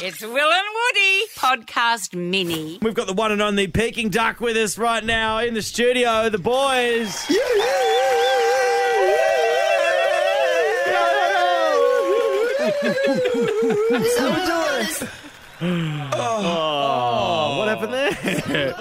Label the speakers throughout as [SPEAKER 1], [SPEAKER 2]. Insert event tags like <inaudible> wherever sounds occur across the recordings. [SPEAKER 1] It's Will and Woody podcast mini.
[SPEAKER 2] We've got the one and only Peking Duck with us right now in the studio, the boys. Oh, what happened there?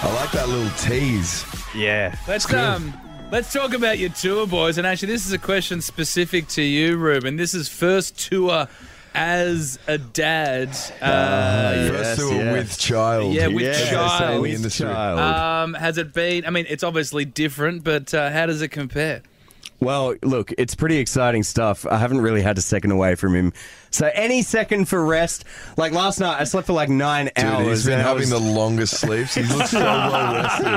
[SPEAKER 3] I like that little tease.
[SPEAKER 2] Yeah.
[SPEAKER 4] Let's um, let's talk about your tour, boys. And actually, this is a question specific to you, Ruben. This is first tour as a dad.
[SPEAKER 2] Ah,
[SPEAKER 4] Uh,
[SPEAKER 3] First two
[SPEAKER 2] yes.
[SPEAKER 3] are with child.
[SPEAKER 4] Yeah, with
[SPEAKER 3] As they say
[SPEAKER 4] child.
[SPEAKER 3] in the
[SPEAKER 4] With
[SPEAKER 3] industry. Uh,
[SPEAKER 4] um, has it been? I mean, it's obviously different, but uh, how does it compare?
[SPEAKER 5] Well, look, it's pretty exciting stuff. I haven't really had a second away from him. So any second for rest, like last night, I slept for like nine
[SPEAKER 3] Dude,
[SPEAKER 5] hours.
[SPEAKER 3] he's been
[SPEAKER 5] and I
[SPEAKER 3] having
[SPEAKER 5] was-
[SPEAKER 3] the longest sleeps. He looks so well
[SPEAKER 4] <laughs>
[SPEAKER 3] rested.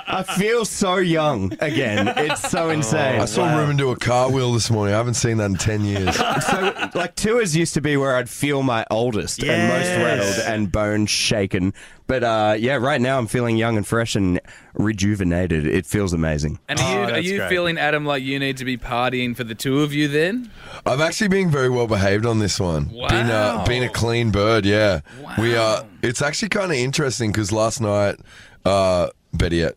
[SPEAKER 5] I feel so young
[SPEAKER 3] <laughs>
[SPEAKER 5] again. It's so insane.
[SPEAKER 3] Oh, I saw Ruben do a car wheel this morning. I haven't seen that in 10
[SPEAKER 4] <laughs>
[SPEAKER 3] years.
[SPEAKER 5] so, like tours used to be where I'd feel my oldest and most
[SPEAKER 2] Yes.
[SPEAKER 5] rattled and bone shaken. But uh, yeah, right now I'm feeling young and fresh and rejuvenated. It feels amazing.
[SPEAKER 4] And
[SPEAKER 2] Ah,
[SPEAKER 4] are you, are you feeling, Adam, like you need to be partying for the two of you then?
[SPEAKER 3] I'm actually being very well behaved on this one. Been a,
[SPEAKER 4] Wow.
[SPEAKER 3] been a clean bird, yeah. We are. It's actually kind of interesting because last night, uh, better yet,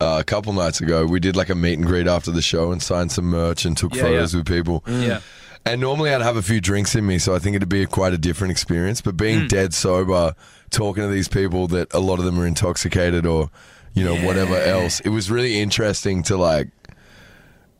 [SPEAKER 3] uh, a couple nights ago, we did like a meet and greet after the show and signed some merch and took
[SPEAKER 4] Yeah,
[SPEAKER 3] photos
[SPEAKER 4] yeah.
[SPEAKER 3] with people.
[SPEAKER 4] Yeah.
[SPEAKER 3] And normally I'd have a few drinks in me, so I think it'd be a, quite a different experience. But being
[SPEAKER 2] Hmm.
[SPEAKER 3] dead sober, talking to these people that a lot of them are intoxicated or, you know, whatever else, it was really interesting to like,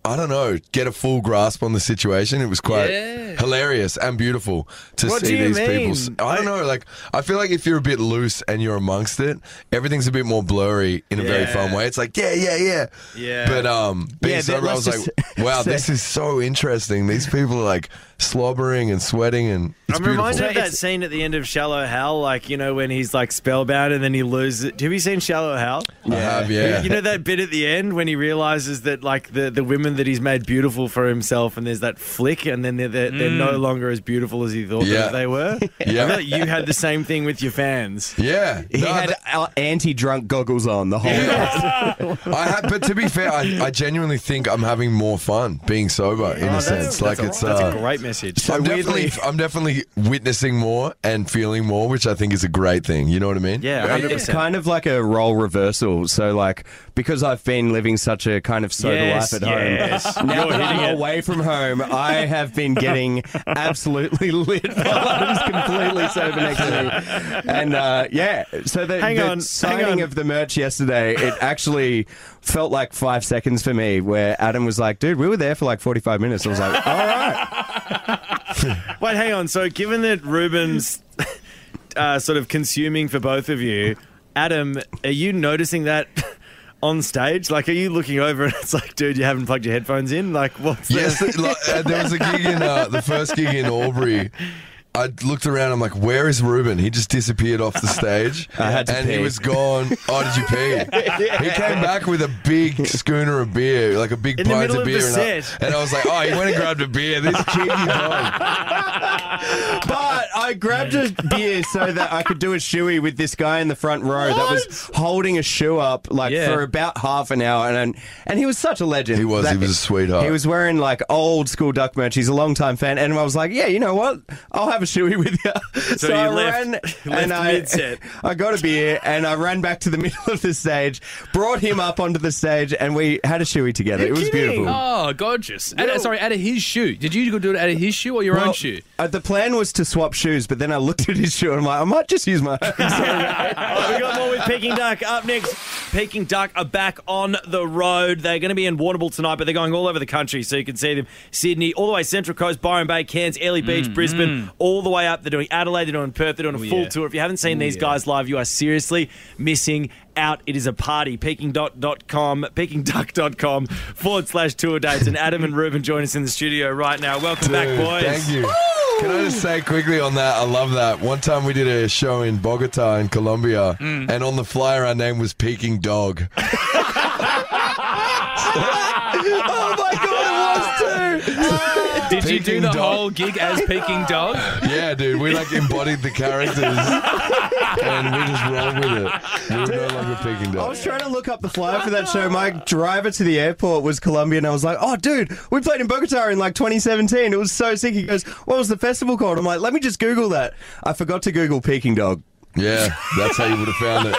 [SPEAKER 3] I don't know, get a full grasp on the situation. It was quite
[SPEAKER 4] Yeah.
[SPEAKER 3] hilarious and beautiful to
[SPEAKER 2] What
[SPEAKER 3] see
[SPEAKER 2] do you
[SPEAKER 3] these people. s-
[SPEAKER 2] mean?
[SPEAKER 3] I don't know, like I feel like if you're a bit loose and you're amongst it, everything's a bit more blurry in a very fun way. It's like yeah, yeah, yeah,
[SPEAKER 2] Yeah.
[SPEAKER 3] But um, being
[SPEAKER 5] Yeah, but
[SPEAKER 3] sober, I was
[SPEAKER 5] let's
[SPEAKER 3] like,
[SPEAKER 5] just
[SPEAKER 3] <laughs> wow,
[SPEAKER 5] say-
[SPEAKER 3] this is so interesting. These people are like slobbering and sweating, and it's
[SPEAKER 2] I'm
[SPEAKER 3] beautiful.
[SPEAKER 2] reminded of that scene at the end of Shallow Hal, like, you know, when he's like spellbound and then he loses. Have you seen Shallow Hal?
[SPEAKER 3] I have, yeah.
[SPEAKER 2] You know that bit at the end when he realizes that like the, the women that he's made beautiful for himself, and there's that flick, and then they're they're, they're
[SPEAKER 4] Mm.
[SPEAKER 2] no longer as beautiful as he thought
[SPEAKER 3] Yeah.
[SPEAKER 2] that they were.
[SPEAKER 3] <laughs> Yeah.
[SPEAKER 2] I feel like you had the same thing with your fans.
[SPEAKER 3] yeah,
[SPEAKER 5] He
[SPEAKER 3] No,
[SPEAKER 5] had
[SPEAKER 2] <laughs>
[SPEAKER 3] that-
[SPEAKER 5] uh, anti-drunk goggles on the whole.
[SPEAKER 3] I have, but to be fair, I, I genuinely think I'm having more fun being sober in a sense. Like it's
[SPEAKER 2] Oh, that's
[SPEAKER 3] uh,
[SPEAKER 2] a great message.
[SPEAKER 3] I'm definitely,
[SPEAKER 5] weirdly-
[SPEAKER 3] I'm definitely witnessing more and feeling more, which I think is a great thing. You know what I mean?
[SPEAKER 2] yeah,
[SPEAKER 5] It-
[SPEAKER 2] 100%.
[SPEAKER 5] It's kind of like a role reversal. So, like, because I've been living such a kind of sober
[SPEAKER 2] Yes,
[SPEAKER 5] life at
[SPEAKER 2] yes.
[SPEAKER 5] home, now
[SPEAKER 2] You're
[SPEAKER 5] that
[SPEAKER 2] hitting
[SPEAKER 5] I'm
[SPEAKER 2] it.
[SPEAKER 5] away from home, I
[SPEAKER 2] <laughs>
[SPEAKER 5] have been getting absolutely lit <laughs> while I was completely sober next to me. And uh, yeah, so the,
[SPEAKER 2] Hang
[SPEAKER 5] the
[SPEAKER 2] on, hang
[SPEAKER 5] signing
[SPEAKER 2] on.
[SPEAKER 5] of the merch yesterday, it actually felt like five seconds for me, where Adam was like, dude, we were there for like 45 minutes. I was like, all right.
[SPEAKER 2] Wait, hang on. So, given that Ruben's <laughs> uh, sort of consuming for both of you, Adam, are you noticing that <laughs> on stage? Like, are you looking over and <laughs> it's like, dude, you haven't plugged your headphones in? Like, what's the-
[SPEAKER 3] Yes, th- like, uh, there was a gig in uh, the first gig in Albury. I looked around. I'm like, "Where is Ruben? He just disappeared off the <laughs> stage,
[SPEAKER 5] I had to
[SPEAKER 3] and he
[SPEAKER 5] pee.
[SPEAKER 3] was gone. <laughs> Oh, did you pee? He came back with a big schooner of beer, like a big
[SPEAKER 2] In the
[SPEAKER 3] pint
[SPEAKER 2] middle
[SPEAKER 3] of
[SPEAKER 2] of the
[SPEAKER 3] beer, and,
[SPEAKER 2] set.
[SPEAKER 3] I, and I was like, "Oh, he went and grabbed a beer. <laughs> This cheeky dog."
[SPEAKER 5] But I grabbed a beer so that I could do a shoey with this guy in the front row that was holding a shoe up like
[SPEAKER 4] Yeah.
[SPEAKER 5] for about half an hour, and and he was such a legend.
[SPEAKER 3] He was.
[SPEAKER 5] That-
[SPEAKER 3] He was a sweetheart.
[SPEAKER 5] He was wearing like old school duck merch. He's a long time fan, and I was like, yeah, you know what? I'll have a shoey with you. So,
[SPEAKER 2] you
[SPEAKER 5] I
[SPEAKER 2] left-
[SPEAKER 5] ran
[SPEAKER 2] you left
[SPEAKER 5] and I,
[SPEAKER 2] mid-set.
[SPEAKER 5] <laughs> I got a beer and I ran back to the <laughs> middle of the stage, brought him up onto the stage, and we had a shoey together. it was beautiful.
[SPEAKER 4] Oh, gorgeous. Out of- sorry, out of his shoe. Did you do it out of his shoe or your own
[SPEAKER 5] Well,
[SPEAKER 4] shoe?
[SPEAKER 5] uh, the plan was to swap shoes, but then I looked <laughs> at his shoe and I'm like, I might just use my own.
[SPEAKER 2] Oh, we got more with Peking Duck up next. Peking Duck are back on the road. They're going to be in Warrnambool tonight, but they're going all over the country, so you can see them Sydney, all the way Central Coast, Byron Bay, Cairns, Airlie Beach, Brisbane, all the way up. They're doing Adelaide, they're doing Perth, they're doing a full
[SPEAKER 4] Mm-hmm. Oh, yeah.
[SPEAKER 2] tour. If you haven't seen these guys live, you are seriously missing out. It is a party. Pekingduck.com, pekingduck.com forward slash tour dates. And Adam and Ruben join us in the studio right now. Welcome back,
[SPEAKER 3] Dude,
[SPEAKER 2] boys.
[SPEAKER 3] Thank you. Can I just say quickly on that? I love that. One time we did a show in Bogota in Colombia, and on the flyer, our name was Peking Dog.
[SPEAKER 5] <laughs> oh my god, it was too.
[SPEAKER 4] Did you do
[SPEAKER 3] Peking
[SPEAKER 4] the
[SPEAKER 3] dog.
[SPEAKER 4] whole gig as
[SPEAKER 3] <laughs>
[SPEAKER 4] Peking Dog?
[SPEAKER 3] Yeah, dude, we like embodied the characters, and we just rolled with it. We were no longer picking
[SPEAKER 5] I
[SPEAKER 3] dogs.
[SPEAKER 5] was trying to look up the flyer for that show. <laughs> My driver to the airport was Colombian. I was like, oh, dude, we played in Bogota in like 2017. It was so sick. He goes, what was the festival called? I'm like, let me just Google that. I forgot to Google Peking Dog.
[SPEAKER 3] Yeah, that's how you would have found it.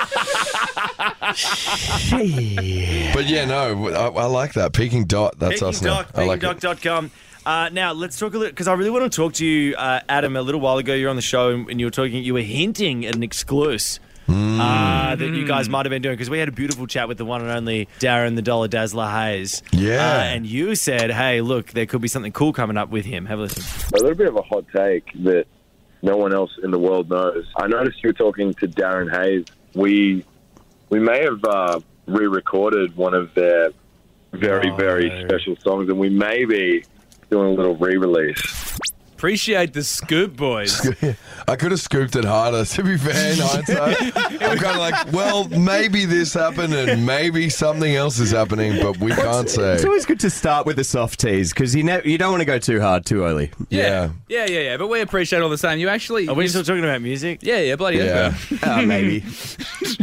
[SPEAKER 3] But yeah, no, I, I like that Peking dot. That's us now.
[SPEAKER 2] Doc,
[SPEAKER 3] I like it.
[SPEAKER 2] PeakingDoc.com. Uh, now let's talk a little because I really want to talk to you, uh, Adam. A little while ago, you were on the show and, and you were talking. You were hinting at an exclusive
[SPEAKER 3] Mm.
[SPEAKER 2] uh, that you guys might have been doing because we had a beautiful chat with the one and only Darren the Dollar Dazzler Hayes.
[SPEAKER 3] Yeah.
[SPEAKER 2] uh, and you said, "Hey, look, there could be something cool coming up with him." Have a listen.
[SPEAKER 6] a little bit of a hot take that no one else in the world knows. I noticed you were talking to Darren Hayes. We we may have uh, re-recorded one of their very very special songs, and we may be doing a little re-release.
[SPEAKER 4] Appreciate the scoop, boys.
[SPEAKER 3] I could have scooped it harder. To be fair, in hindsight, I'm kind of like, well, maybe this happened and maybe something else is happening, but we can't say.
[SPEAKER 5] It's always good to start with a soft tease because you, ne- you don't want to go too hard too <laughs> early.
[SPEAKER 3] Yeah.
[SPEAKER 4] <laughs> yeah, yeah, yeah. But we appreciate all the same. You actually,
[SPEAKER 2] Are we
[SPEAKER 4] you-
[SPEAKER 2] still talking about music?
[SPEAKER 4] yeah, yeah, bloody
[SPEAKER 3] Yeah,
[SPEAKER 4] yeah.
[SPEAKER 5] Ah, maybe.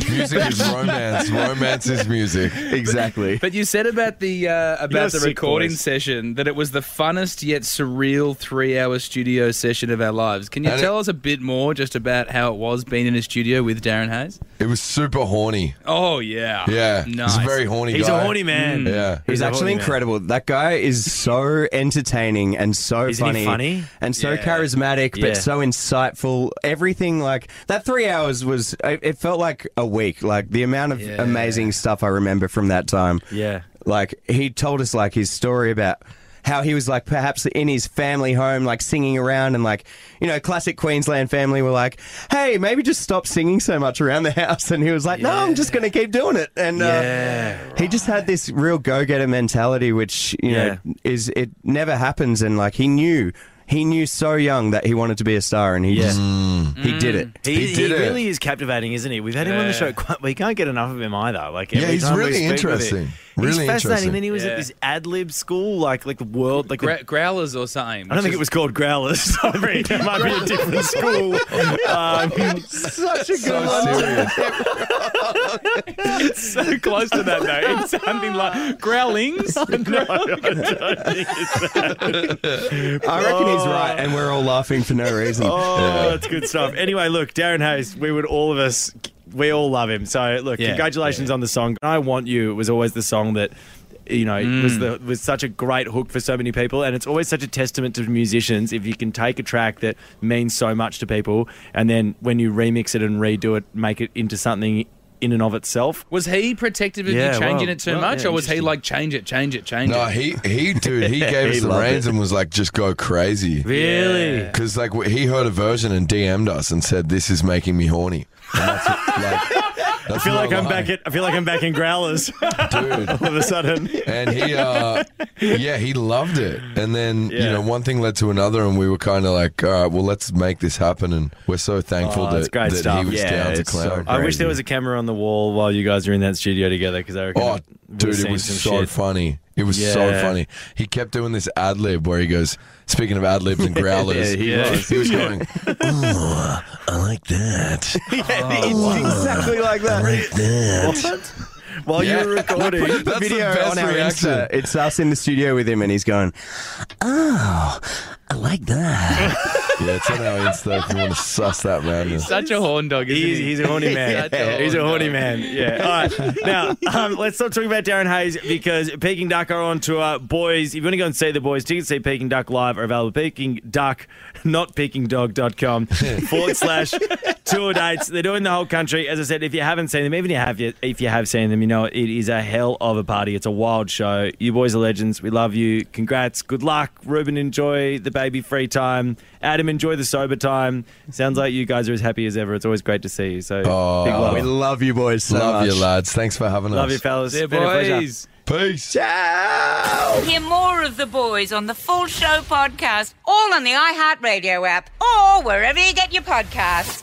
[SPEAKER 3] music is romance. Romance is music.
[SPEAKER 5] exactly.
[SPEAKER 4] But you said about the uh,
[SPEAKER 2] You're
[SPEAKER 4] about the
[SPEAKER 2] sick,
[SPEAKER 4] recording
[SPEAKER 2] boys.
[SPEAKER 4] session that it was the funnest yet surreal three hour studio session of our lives. Can you
[SPEAKER 3] And it-
[SPEAKER 4] tell us a bit more just about how it was being in a studio with Darren Hayes?
[SPEAKER 3] It was super horny.
[SPEAKER 4] Oh yeah,
[SPEAKER 3] Yeah,
[SPEAKER 4] nice.
[SPEAKER 3] he's a very horny
[SPEAKER 2] He's
[SPEAKER 3] guy. Mm.
[SPEAKER 2] a horny man.
[SPEAKER 3] Yeah.
[SPEAKER 5] <laughs> He's,
[SPEAKER 2] a
[SPEAKER 5] actually
[SPEAKER 2] horny man.
[SPEAKER 5] incredible. That guy is so entertaining and so
[SPEAKER 2] Isn't
[SPEAKER 5] funny,
[SPEAKER 2] he funny?
[SPEAKER 5] and so
[SPEAKER 4] Yeah.
[SPEAKER 5] charismatic,
[SPEAKER 2] Yeah.
[SPEAKER 5] but so insightful. Everything like that. Three hours was. It it felt like a week. Like the amount of
[SPEAKER 4] Yeah.
[SPEAKER 5] amazing stuff I remember from that time.
[SPEAKER 2] Yeah.
[SPEAKER 5] Like he told us like his story about. How he was like perhaps in his family home, like singing around, and like you know, classic Queensland family were like, "Hey, maybe just stop singing so much around the <laughs> house." And he was like, "No, I'm just going to keep doing it." And uh, he just had this real go-getter mentality, which you
[SPEAKER 2] Yeah.
[SPEAKER 5] know is it never happens, and like he knew, he knew so young that he wanted to be a star, and he
[SPEAKER 2] Yeah. Mm.
[SPEAKER 5] just he did it.
[SPEAKER 2] He,
[SPEAKER 3] He
[SPEAKER 2] he,
[SPEAKER 3] did it.
[SPEAKER 2] really is captivating, isn't he? We've had him on the show. Quite, we can't get enough of him either. Like, every
[SPEAKER 3] Yeah, he's
[SPEAKER 2] time we
[SPEAKER 3] really
[SPEAKER 2] speak with him.
[SPEAKER 3] interesting.
[SPEAKER 2] he's
[SPEAKER 3] Really
[SPEAKER 2] fascinating.
[SPEAKER 3] interesting.
[SPEAKER 2] Then he was at
[SPEAKER 4] Yeah.
[SPEAKER 2] this ad lib school, like like the world, like the
[SPEAKER 4] Gra- growlers or something.
[SPEAKER 2] I don't think
[SPEAKER 4] which
[SPEAKER 2] it was called Growlers. <laughs> Sorry, it might be a different
[SPEAKER 4] <laughs>
[SPEAKER 2] school. Um,
[SPEAKER 5] Such a good
[SPEAKER 3] So
[SPEAKER 2] <laughs>
[SPEAKER 3] serious.
[SPEAKER 4] is so close to that though. It's something like growlings.
[SPEAKER 5] I reckon he's right, and we're all laughing for no reason.
[SPEAKER 2] oh, that's good stuff. Anyway, look, Darren Hayes, we would all of us, we all love him. So look,
[SPEAKER 4] Yeah,
[SPEAKER 2] congratulations on the song. I want you was always the song that. You know,
[SPEAKER 4] Mm.
[SPEAKER 2] was the was such a great hook for so many people, and it's always such a testament to musicians if you can take a track that means so much to people, and then when you remix it and redo it, make it into something in and of itself.
[SPEAKER 4] Was he protective of
[SPEAKER 2] Yeah,
[SPEAKER 4] you
[SPEAKER 2] well,
[SPEAKER 4] changing it too
[SPEAKER 2] well,
[SPEAKER 4] much,
[SPEAKER 2] yeah,
[SPEAKER 4] or was he
[SPEAKER 2] interesting.
[SPEAKER 4] like change it, change it, change
[SPEAKER 3] No,
[SPEAKER 4] it?
[SPEAKER 3] he he dude,
[SPEAKER 2] <laughs>
[SPEAKER 3] he gave us the
[SPEAKER 5] loved
[SPEAKER 3] reins
[SPEAKER 5] it.
[SPEAKER 3] and was like, just go crazy.
[SPEAKER 2] Really,
[SPEAKER 3] Because like wh- he heard a version and DM'd us and said, "This is making me horny." And that's, <laughs> like, that's
[SPEAKER 2] I feel
[SPEAKER 4] Oh,
[SPEAKER 2] like I'm back at I feel like I'm back in Growlers all
[SPEAKER 3] dude.
[SPEAKER 2] of a sudden.
[SPEAKER 4] <laughs>
[SPEAKER 3] And
[SPEAKER 2] <laughs>
[SPEAKER 3] he, uh, yeah, he loved it. And then you
[SPEAKER 2] Yeah.
[SPEAKER 3] know, one thing led to another, and we were kind of like, "All right, well, let's make this happen." And we're so thankful
[SPEAKER 2] Oh, that's
[SPEAKER 3] that,
[SPEAKER 2] great
[SPEAKER 3] that
[SPEAKER 2] stuff.
[SPEAKER 3] he was
[SPEAKER 5] Yeah,
[SPEAKER 3] down to
[SPEAKER 5] it's so
[SPEAKER 3] clown.
[SPEAKER 5] great.
[SPEAKER 2] I wish there was a camera on the wall while you guys are in that studio together because I reckon
[SPEAKER 3] Oh,
[SPEAKER 2] it would've
[SPEAKER 3] dude, it
[SPEAKER 2] seen
[SPEAKER 3] was
[SPEAKER 2] some
[SPEAKER 3] so
[SPEAKER 2] shit.
[SPEAKER 3] funny. It was so
[SPEAKER 2] Yeah.
[SPEAKER 3] funny. He kept doing this ad lib where he goes, speaking of ad libs and growlers,
[SPEAKER 5] <laughs> Yeah, he
[SPEAKER 3] was. He was going, Ooh, I like
[SPEAKER 5] <laughs>
[SPEAKER 3] that.
[SPEAKER 5] It's <laughs> exactly like that.
[SPEAKER 3] Like that.
[SPEAKER 2] While
[SPEAKER 3] Yeah.
[SPEAKER 2] you were recording,
[SPEAKER 3] That's the
[SPEAKER 5] video
[SPEAKER 3] best
[SPEAKER 5] on our
[SPEAKER 3] reaction.
[SPEAKER 5] Insta. It's us in the studio with him, and he's going, "Oh, I like that."
[SPEAKER 3] <laughs> Yeah, it's on our Insta if you want to suss that madness.
[SPEAKER 4] Such a horn dog. Isn't
[SPEAKER 2] he's,
[SPEAKER 4] he?
[SPEAKER 2] he's a
[SPEAKER 3] <laughs>
[SPEAKER 4] <laughs>
[SPEAKER 2] horny man.
[SPEAKER 4] Such a
[SPEAKER 2] He's a
[SPEAKER 4] horn
[SPEAKER 2] horny
[SPEAKER 4] dog.
[SPEAKER 2] man. Yeah. All right. Now, um, let's stop talking about Darren Hayes because Peking Duck are on tour. Boys, if you want to go and see the boys, tickets to see Peking Duck live are available at Peking Duck, not pekingdog.com forward slash tour dates. They're doing the whole country. As I said, if you haven't seen them, even if you have, yet- if you have seen them, you know it is a hell of a party. It's a wild show. You boys are legends. We love you. Congrats. Good luck. Ruben, enjoy the baby free time. Adam, enjoy the sober time. Sounds like you guys are as happy as ever. It's always great to see you. So
[SPEAKER 3] Oh,
[SPEAKER 2] big love.
[SPEAKER 5] We love you boys so
[SPEAKER 3] Love
[SPEAKER 5] much.
[SPEAKER 3] you, lads. Thanks for having
[SPEAKER 2] Love you,
[SPEAKER 3] us.
[SPEAKER 2] fellas.
[SPEAKER 4] Yeah,
[SPEAKER 2] Been a pleasure.
[SPEAKER 4] boys.
[SPEAKER 3] Peace.
[SPEAKER 1] Hear more of the boys on the Full Show podcast, all on the iHeartRadio app or wherever you get your podcasts.